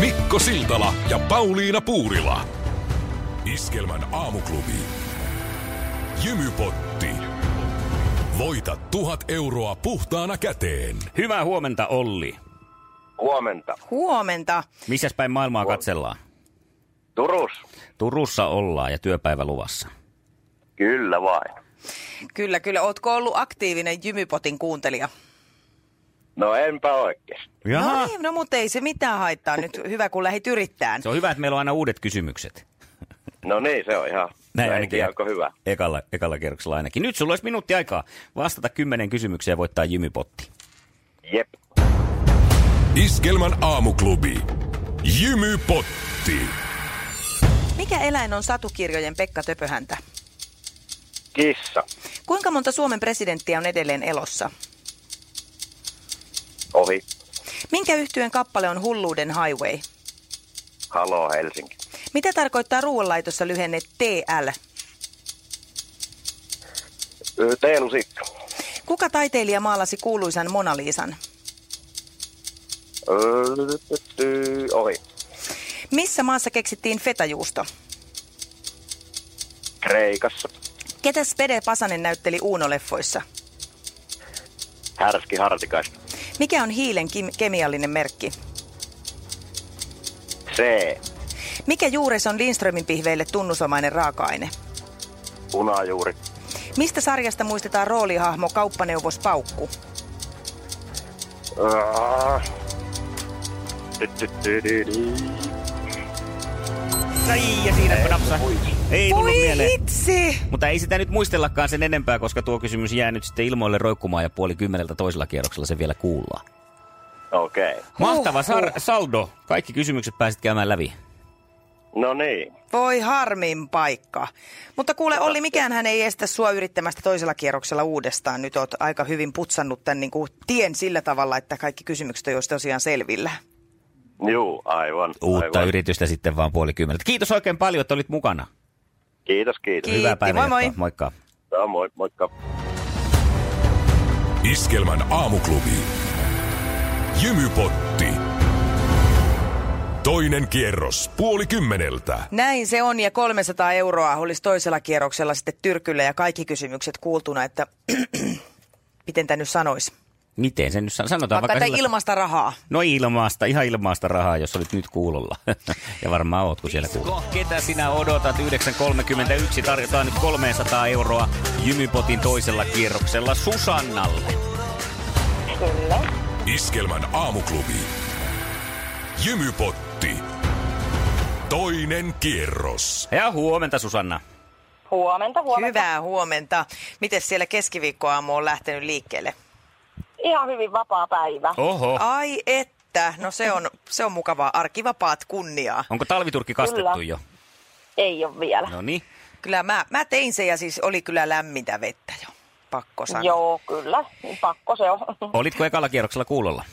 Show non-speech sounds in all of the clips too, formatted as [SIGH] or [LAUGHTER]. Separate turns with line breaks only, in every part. Mikko Siltala ja Pauliina Puurila. Iskelmän aamuklubi. Jymypotti. Voita tuhat euroa puhtaana käteen.
Hyvää huomenta Olli.
Huomenta.
Huomenta.
Missäs päin maailmaa katsellaan?
Turus.
Turussa ollaan ja työpäivä luvassa.
Kyllä vain.
Kyllä, kyllä. Ootko ollut aktiivinen Jymypotin kuuntelija?
No enpä oikein.
No niin, no mutta ei se mitään haittaa nyt. Hyvä, kun lähit yrittämään.
Se on hyvä, että meillä on aina uudet kysymykset.
No niin, se on ihan.
Näin
en
ainakin.
tiedä, onko hyvä.
Ekalla, ekalla kierroksella ainakin. Nyt sulla olisi minuutti aikaa vastata kymmenen kysymykseen ja voittaa jymypotti.
Jep.
Iskelmän aamuklubi. Jymypotti.
Mikä eläin on satukirjojen Pekka Töpöhäntä?
Kissa.
Kuinka monta Suomen presidenttiä on edelleen elossa?
Ohi.
Minkä yhtyeen kappale on Hulluuden Highway?
Halo Helsinki.
Mitä tarkoittaa ruoanlaitossa lyhenne TL?
Ö, Teelu Sikka.
Kuka taiteilija maalasi kuuluisan Mona Liisan?
Ö, tyy, Ohi.
Missä maassa keksittiin fetajuusto?
Kreikassa.
Ketä Spede Pasanen näytteli Uuno-leffoissa?
Härski Hartikaista.
Mikä on hiilen kim- kemiallinen merkki?
C.
Mikä juures on Lindströmin pihveille tunnusomainen raaka-aine?
Punajuuri.
Mistä sarjasta muistetaan roolihahmo kauppaneuvos Paukku?
Ah. Ty, ty, ty, ty, ty.
Ai, No niin, ja siinä kun napsa. Ei tullut mieleen.
hitsi!
Mutta ei sitä nyt muistellakaan sen enempää, koska tuo kysymys jää nyt sitten ilmoille roikkumaan ja puoli kymmeneltä toisella kierroksella se vielä kuullaan.
Okei. Okay.
Mahtava sar- saldo. Kaikki kysymykset pääsit käymään läpi.
No niin.
Voi harmin paikka. Mutta kuule Olli, mikään hän ei estä sua yrittämästä toisella kierroksella uudestaan. Nyt oot aika hyvin putsannut tämän niin kuin, tien sillä tavalla, että kaikki kysymykset on jo tosiaan selvillä.
Juu, aivan.
Uutta
aivan.
yritystä sitten vaan puoli kymmeneltä. Kiitos oikein paljon, että olit mukana.
Kiitos, kiitos.
Kiitos.
Hyvää päivää.
moi moi.
jatkoa. Moikka.
Joo, moi, moikka.
Iskelmän aamuklubi. Jymypotti. Toinen kierros puoli kymmeneltä.
Näin se on ja 300 euroa olisi toisella kierroksella sitten tyrkyllä ja kaikki kysymykset kuultuna, että [CLEARS THROAT] miten tämä nyt sanoisi.
Miten sen nyt san- sanotaan?
Vaikka, että
sillä-
ilmasta rahaa.
No ilmaasta, ihan ilmaasta rahaa, jos olit nyt kuulolla. [LAUGHS] ja varmaan oot, kun siellä kuulolla. Ketä sinä odotat? 9.31 tarjotaan nyt 300 euroa Jymypotin toisella kierroksella Susannalle.
Iskelmän aamuklubi. Jymypotti. Toinen kierros.
Ja huomenta Susanna.
Huomenta, huomenta.
Hyvää huomenta. Miten siellä keskiviikkoaamu on lähtenyt liikkeelle?
Ihan hyvin vapaa päivä.
Oho.
Ai että, no se on, se on mukavaa. Arkivapaat kunniaa.
Onko talviturkki kastettu
Kyllä.
jo?
Ei ole vielä.
No niin.
Kyllä mä, mä tein sen ja siis oli kyllä lämmintä vettä jo. Pakko sanoa.
joo, kyllä. Pakko se on. [LAUGHS]
Olitko ekalla kierroksella kuulolla?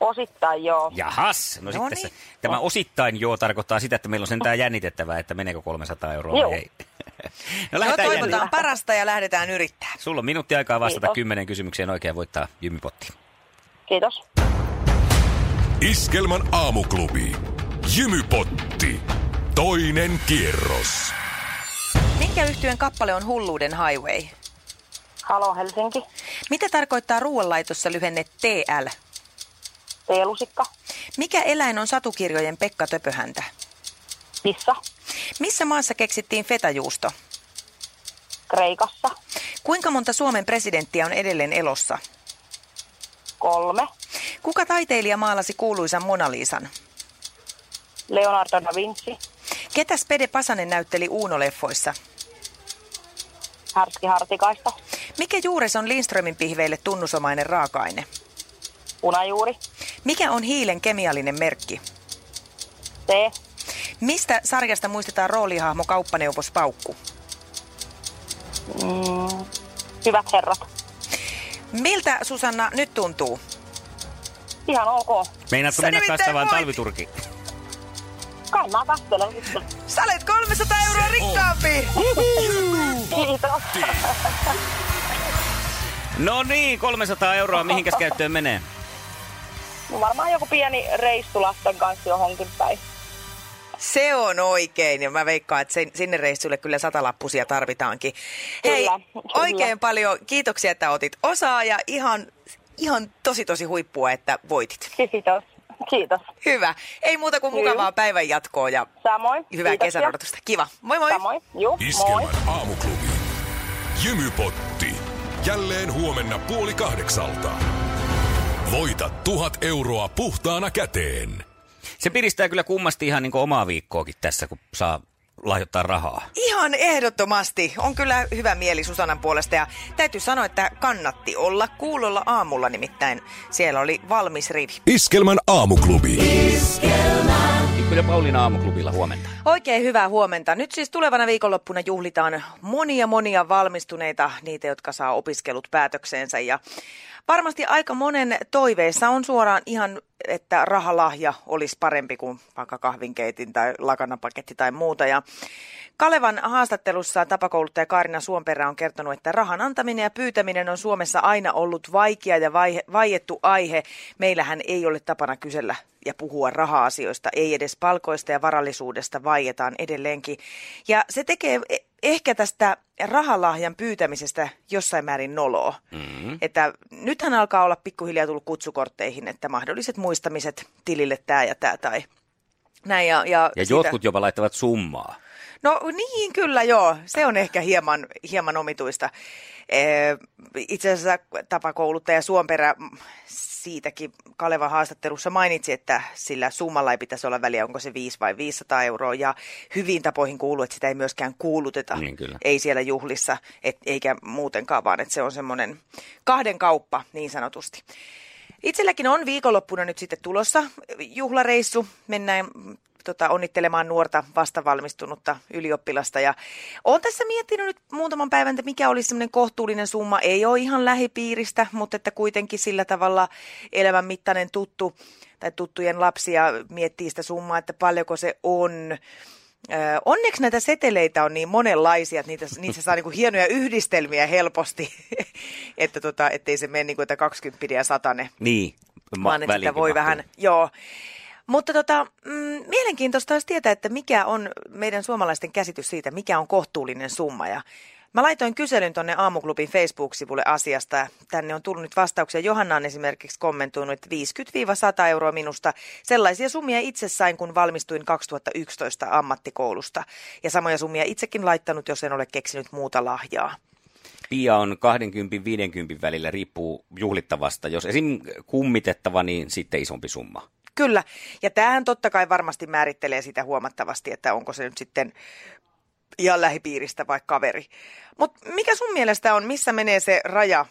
Osittain joo.
Jahas. No,
No
sitten se,
niin.
tämä osittain joo tarkoittaa sitä, että meillä on sentään jännitettävää, että meneekö 300 euroa
Joo.
vai ei. [LAUGHS] no
No
lähdetään
toivotaan
jännittelemään.
parasta ja lähdetään yrittää.
Sulla on minuutti aikaa vastata
Niin
Kiitos.
kymmenen kysymykseen oikein ja voittaa jymypotti.
Kiitos.
Iskelmän aamuklubi. Jymypotti. Toinen kierros.
Minkä yhtyön kappale on Hulluuden Highway?
Halo Helsinki.
Mitä tarkoittaa ruoanlaitossa lyhenne TL?
Teelusikka.
Mikä eläin on satukirjojen Pekka Töpöhäntä?
Kissa.
Missä maassa keksittiin fetajuusto?
Kreikassa.
Kuinka monta Suomen presidenttiä on edelleen elossa?
Kolme.
Kuka taiteilija maalasi kuuluisan Mona Liisan?
Leonardo da Vinci.
Ketä Spede Pasanen näytteli Uuno-leffoissa?
Härski Hartikaista.
Mikä juures on Lindströmin pihveille tunnusomainen raaka-aine?
Punajuuri.
Mikä on hiilen kemiallinen merkki?
C.
Mistä sarjasta muistetaan roolihahmo kauppaneuvos Paukku?
Mm, hyvät herrat.
Miltä Susanna nyt tuntuu?
Ihan ok.
Meinaatko
Sä
mennä
nimittäin
kastavaan
voit.
talviturkiin?
Kai mä katselen sitten.
Sä olet 300 euroa rikkaampi!
Kiitos.
No niin, 300 euroa, mihinkäs käyttöön menee?
No varmaan joku pieni reissu lasten kanssa johonkin päin.
Se on oikein ja mä veikkaan, että sen, sinne reissulle kyllä satalappusia tarvitaankin. Hei,
Kyllä, kyllä.
oikein paljon kiitoksia, että otit osaa ja ihan, ihan tosi tosi huippua, että voitit.
Kiitos. Kiitos.
Hyvä. Ei muuta kuin
Kyllä.
mukavaa päivän jatkoa ja
Samoin.
hyvää
Kiitoksia.
kesän odotusta. Kiva. Moi moi.
Samoin. Juu, moi.
Iskelmän aamuklubi. Jymypotti. Jälleen huomenna puoli kahdeksalta. Voita tuhat euroa puhtaana käteen.
Se piristää kyllä kummasti ihan niin kuin omaa viikkoakin tässä, kun saa lahjoittaa rahaa.
Ihan ehdottomasti. On kyllä hyvä mieli Susanan puolesta ja täytyy sanoa, että kannatti olla kuulolla aamulla nimittäin. Siellä oli valmis rivi.
Iskelmän aamuklubi.
Mikko ja Niin Pauliina aamuklubilla huomenta.
Oikein hyvää huomenta. Nyt siis tulevana viikonloppuna juhlitaan monia monia valmistuneita, niitä jotka saa opiskelut päätökseensä ja varmasti aika monen toiveissa on suoraan ihan, että rahalahja olisi parempi kuin vaikka kahvinkeitin tai lakanapaketti tai muuta ja Kalevan haastattelussa tapakouluttaja Kaarina Suomperä on kertonut, että rahan antaminen ja pyytäminen on Suomessa aina ollut vaikea ja vaihe, vaiettu aihe. Meillähän ei ole tapana kysellä ja puhua raha-asioista, ei edes palkoista ja varallisuudesta vaietaan edelleenkin. Ja se tekee e- ehkä tästä rahalahjan pyytämisestä jossain määrin noloa. Mm-hmm. Että nythän alkaa olla pikkuhiljaa tullut kutsukortteihin, että mahdolliset muistamiset tilille tämä ja tämä tai näin. Ja, ja,
Ja
siitä-
jotkut jopa laittavat summaa.
No niin, kyllä joo. Se on ehkä hieman, hieman omituista. Ee, Itse asiassa tapakouluttaja Suomperä mm, siitäkin Kalevan haastattelussa mainitsi, että sillä summalla ei pitäisi olla väliä, onko se 5 vai 500 euroa. Ja hyvin tapoihin kuuluu, että sitä ei myöskään kuuluteta.
Niin, kyllä.
Ei siellä juhlissa, et, eikä muutenkaan, vaan että se on semmoinen kahden kauppa niin sanotusti. Itselläkin on viikonloppuna nyt sitten tulossa juhlareissu. Mennään mm, tota, onnittelemaan nuorta vastavalmistunutta ylioppilasta. Ja olen tässä miettinyt nyt muutaman päivän, että mikä olisi semmoinen kohtuullinen summa. Ei ole ihan lähipiiristä, mutta että kuitenkin sillä tavalla elämän mittainen tuttu tai tuttujen lapsia miettii sitä summaa, että paljonko se on. Ö, Onneksi näitä seteleitä on niin monenlaisia, että niitä, niissä saa niinku hienoja yhdistelmiä helposti, [LAUGHS] että tota, ettei se mene niinku, että 20 ja 100
Niin. Ma-
vaan että sitä
väliinkin
voi
mahtuu.
vähän, joo. Mutta tota, mm, mielenkiintoista olisi tietää, että mikä on meidän suomalaisten käsitys siitä, mikä on kohtuullinen summa. Ja mä laitoin kyselyn tuonne Aamuklubin Facebook-sivulle asiasta. ja Tänne on tullut nyt vastauksia. Johanna on esimerkiksi kommentoinut, että 50-100 euroa minusta. Sellaisia summia itse sain, kun valmistuin 2011 ammattikoulusta. Ja samoja summia itsekin laittanut, jos en ole keksinyt muuta lahjaa.
Pia on 20-50 välillä, riippuu juhlittavasta. Jos esim. kummitettava, niin sitten isompi summa.
Kyllä, ja tämähän totta kai varmasti määrittelee sitä huomattavasti, että onko se nyt sitten ihan lähipiiristä vai kaveri. Mutta mikä sun mielestä on, missä menee se raja?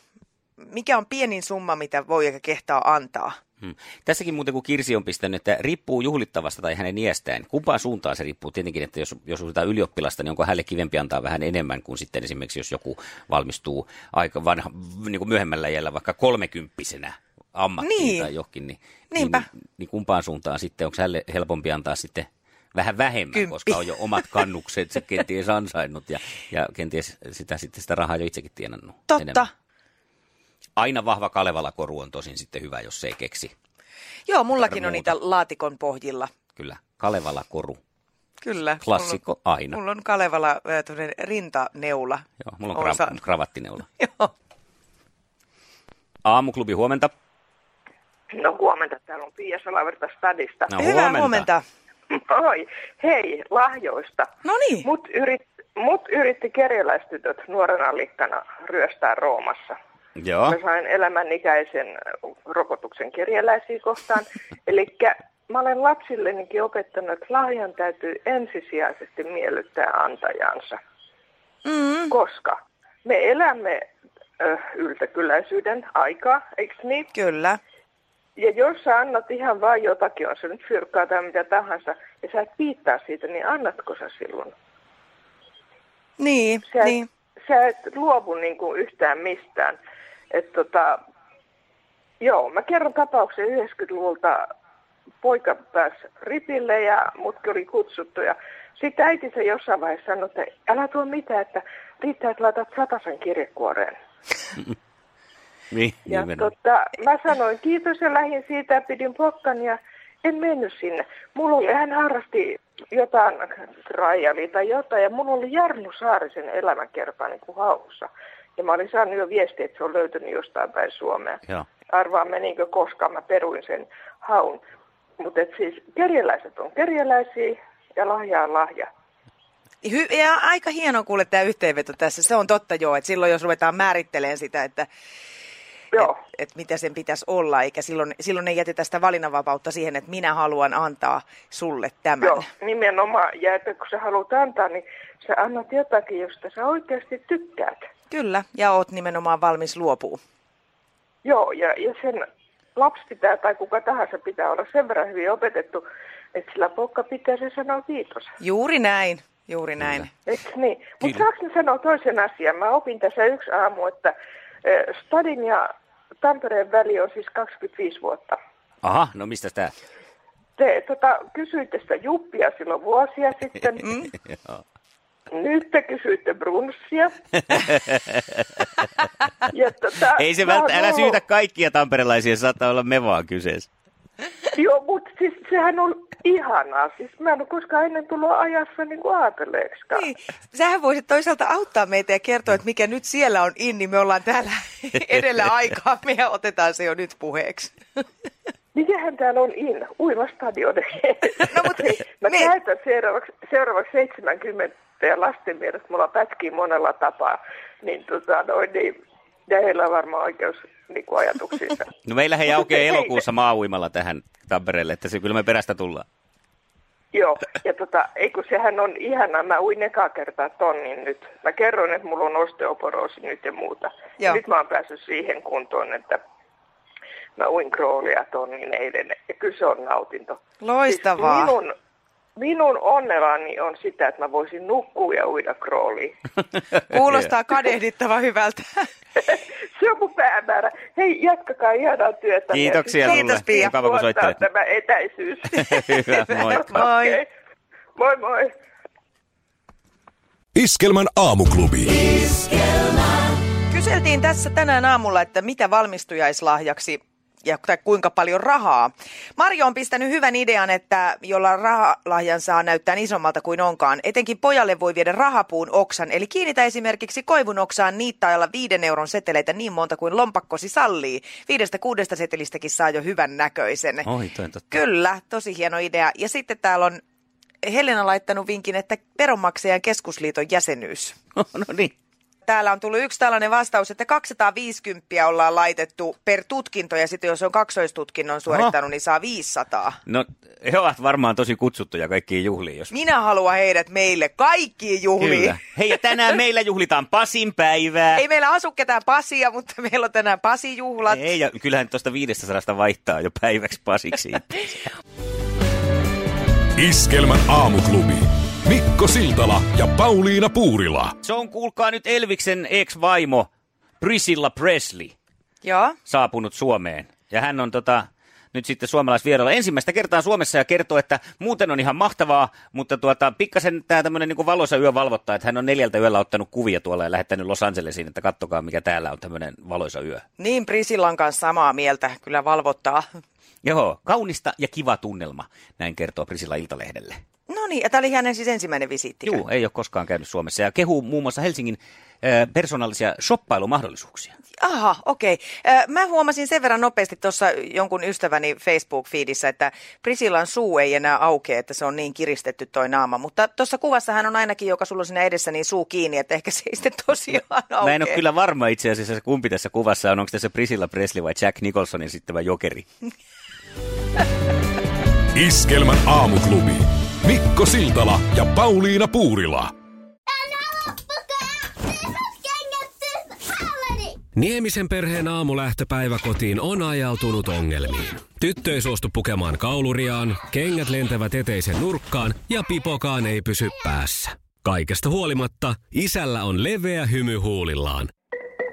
Mikä on pienin summa, mitä voi eikä kehtaa antaa?
Hmm. Tässäkin muuten, kun Kirsi on pistänyt, että riippuu juhlittavasta tai hänen iästään. Kumpaan suuntaan se riippuu tietenkin, että jos, jos juhlitaan ylioppilasta, niin onko hänelle kivempi antaa vähän enemmän kuin sitten esimerkiksi, jos joku valmistuu aika vanha, niin kuin myöhemmällä iällä, vaikka kolmekymppisenä ammattiin
Niin.
tai johonkin. Niin,
Niinpä.
Niin, niin, kumpaan suuntaan sitten, onko hänelle helpompi antaa sitten vähän vähemmän,
Kymppi.
koska on jo omat kannukset se kenties ansainnut ja, ja kenties sitä, sitten sitä rahaa jo itsekin tienannut.
Totta.
enemmän. Aina vahva Kalevala-koru on tosin sitten hyvä, jos se ei keksi.
Joo, mullakin
Mitään
on niitä laatikon pohjilla.
Kyllä, Kalevala koru.
Kyllä.
Klassikko
Mulla,
aina.
Mulla on Kalevala äh, tuommoinen rintaneula.
Joo, mulla on
Oon
krav-
saanut.
kravattineula.
[LAUGHS] Joo.
Aamuklubi, huomenta.
No huomenta, täällä on Pia Salaverta Stadista.
No,
Hyvää huomenta.
Moi, hei, lahjoista.
No niin.
Mut, yrit, mut yritti kerjäläistytöt nuorena likkana ryöstää Roomassa.
Ah.
Joo,
Mä sain elämänikäisen rokotuksen kerjäläisiä
[LAUGHS]
kohtaan. Eli mä olen lapsillenikin opettanut, että lahjan täytyy ensisijaisesti miellyttää antajansa.
Mm,
Koska me elämme ö, yltäkylläisyyden aikaa, eikö niin?
kyllä.
Ja jos sä annat ihan vaan jotakin, on se nyt fyrkkaa tai mitä tahansa, ja sä et piittaa siitä, niin annatko sä silloin?
Niin,
Sä,
niin.
sä et luovu niin kuin yhtään mistään. Et tota, joo, mä kerron tapauksen 90-luvulta. Poika pääsi ripille ja mutkin oli kutsuttu. Ja sitten äitinsä jossain vaiheessa sanoi, että älä tuo mitään, että riittää, että laitat satasen kirjekuoreen.
Niin,
Ja
nimenomaan.
tota, mä sanoin kiitos ja lähdin siitä ja pidin blokkan ja en mennyt sinne. Mulla oli, hän harrasti jotain trialia tai jotain ja mulla oli Jarno Saarisen elämäkerta niin kuin haussa. Ja mä olin saanut jo viestiä, että se on löytynyt jostain päin Suomea.
Joo.
Arvaa menikö koskaan, mä peruin sen haun. Mutta siis kerjeläiset on kerjeläisiä ja lahja on lahja.
Hy- ja aika hieno kuulla tämä yhteenveto tässä. Se on totta joo, että silloin jos ruvetaan määrittelemään sitä, että
Joo.
et, et mitä sen pitäisi olla, eikä silloin, silloin ei jätetä sitä valinnanvapautta siihen, että minä haluan antaa sulle tämän.
Joo, nimenomaan. Ja että kun sä haluat antaa, niin sä annat jotakin, josta sä oikeasti tykkäät.
Kyllä, ja oot nimenomaan valmis luopuu.
Joo, ja, ja sen lapsi pitää, tai kuka tahansa pitää olla sen verran hyvin opetettu, että sillä pokka pitää se sanoa kiitos.
Juuri näin, juuri näin.
Eiks niin?
Kyllä.
Mutta saanko mä sanoa toisen asian? Mä opin tässä yksi aamu, että eh, Stadin ja Tampereen väli on siis 25 vuotta.
Aha, no mistä tää?
Te tota, kysyitte sitä juppia silloin vuosia sitten.
[LAUGHS]
Nyt te kysyitte
[LAUGHS]
brunssia. ja tota,
Ei se
mä oon
välttä,
No,
älä
ollut-
syytä kaikkia tamperelaisia, se saattaa olla me vaan kyseessä.
Joo, mutta siis sehän on ihanaa. Siis mä en ole koskaan ennen tullut ajassa niin kuin ajatelleeksikaan.
Niin, sähän voisit toisaalta auttaa meitä ja kertoa, että mikä nyt siellä on in, niin me ollaan täällä edellä aikaa. Me otetaan se jo nyt puheeksi.
Siis Mikähän täällä on in? Uimastadion.
No, mut-
mä
niin.
käytän seuraavaksi, seuraavaksi 70 ja lasten mielestä mulla pätkii monella tapaa. Niin tota noin, niin ja heillä on varmaan oikeus niin kuin ajatuksiinsa.
No meillä hei
Mutta
aukeaa
hei-
elokuussa maauimalla tähän Tampereelle, että se kyllä me perästä tullaan.
Joo, ja tota, ei kun sehän on ihanaa. Mä uin ekaa kertaa tonnin nyt. Mä kerron, että mulla on osteoporoosi nyt ja muuta.
Joo.
Joo. Nyt mä oon päässyt siihen kuntoon, että mä uin kroolia tonnin eilen. Ja kyllä se on nautinto.
Loistavaa.
Siis minun, minun onnellani on sitä, että mä voisin nukkua ja uida krooliin.
Kuulostaa kadehdittava hyvältä.
[LAUGHS] se on mun päämäärä. Hei, jatkakaa ihanaa työtä.
Kiitoksia
Kiitos,
sulle.
Pia.
Mukava, kun soittelet.
Tämä etäisyys.
Hyvä, [LAUGHS] moikka.
Moi.
Okei. Moi moi.
Iskelmän aamuklubi.
Kyseltiin tässä tänään aamulla, että mitä valmistujaislahjaksi ja tai kuinka paljon rahaa. Marjo on pistänyt hyvän idean, että jolla rahalahjan saa näyttää niin isommalta kuin onkaan. Etenkin pojalle voi viedä rahapuun oksan, eli kiinnitä esimerkiksi koivun oksaan niittaajalla viiden euron seteleitä niin monta kuin lompakkosi sallii. Viidestä kuudesta setelistäkin saa jo hyvän näköisen.
Oi, toi on totta. [LAUGHS]
Kyllä, tosi hieno idea. Ja sitten täällä on Helena laittanut vinkin, että veronmaksajan keskusliiton jäsenyys.
No niin.
Täällä on tullut yksi tällainen vastaus, että 250 ollaan laitettu per tutkinto ja sitten jos on kaksoistutkinnon suorittanut, niin saa 500.
No, he ovat varmaan tosi kutsuttuja kaikkiin juhliin, jos...
Minä haluan heidät meille kaikkiin juhliin.
Kyllä. Hei, ja tänään meillä juhlitaan Pasin päivää.
Ei meillä asu ketään Pasia, mutta meillä on tänään Pasijuhlat.
Ei, ja kyllähän tuosta 500 vaihtaa jo päiväksi Pasiksi.
Iskelmän aamuklubi. Mikko Siltala ja Pauliina Puurila.
Se on, kuulkaa nyt Elviksen ex-vaimo Priscilla Presley
Joo.
saapunut Suomeen. Ja hän on tota, nyt sitten suomalaisvierailulla ensimmäistä kertaa Suomessa ja kertoo, että muuten on ihan mahtavaa, mutta tuota, pikkasen tämä tämmöinen niin valoisa yö valvottaa, että hän on neljältä yöllä ottanut kuvia tuolla ja lähettänyt Los Angelesiin, että kattokaa mikä täällä on tämmöinen valoisa yö.
Niin Prisillan kanssa samaa mieltä, kyllä valvottaa.
Joo, kaunista ja kiva tunnelma, näin kertoo Prisilla Iltalehdelle.
No niin, ja tämä oli hänen siis ensimmäinen visiitti.
Joo, ei ole koskaan käynyt Suomessa ja kehuu muun muassa Helsingin äh, persoonallisia shoppailumahdollisuuksia.
Aha, okei. Okay. Mä huomasin sen verran nopeasti tuossa jonkun ystäväni Facebook-feedissä, että Prisillan suu ei enää aukea, että se on niin kiristetty toi naama. Mutta tuossa kuvassa hän on ainakin, joka sulla on siinä edessä, niin suu kiinni, että ehkä se ei sitten tosiaan aukea.
Mä en ole kyllä varma itse asiassa, kumpi tässä kuvassa on, onko tässä Prisilla Presley vai Jack Nicholsonin sitten vai jokeri.
Iskelmän aamuklubi. Mikko Siltala ja Pauliina Puurila.
Another book I have. This is getting a fifth holiday.
Niemisen perheen aamulähtöpäivä kotiin on ajautunut ongelmiin. Tyttö ei suostu pukemaan kauluriaan, kengät lentävät eteisen nurkkaan ja pipokaan ei pysy päässä. Kaikesta huolimatta, isällä on leveä hymy huulillaan.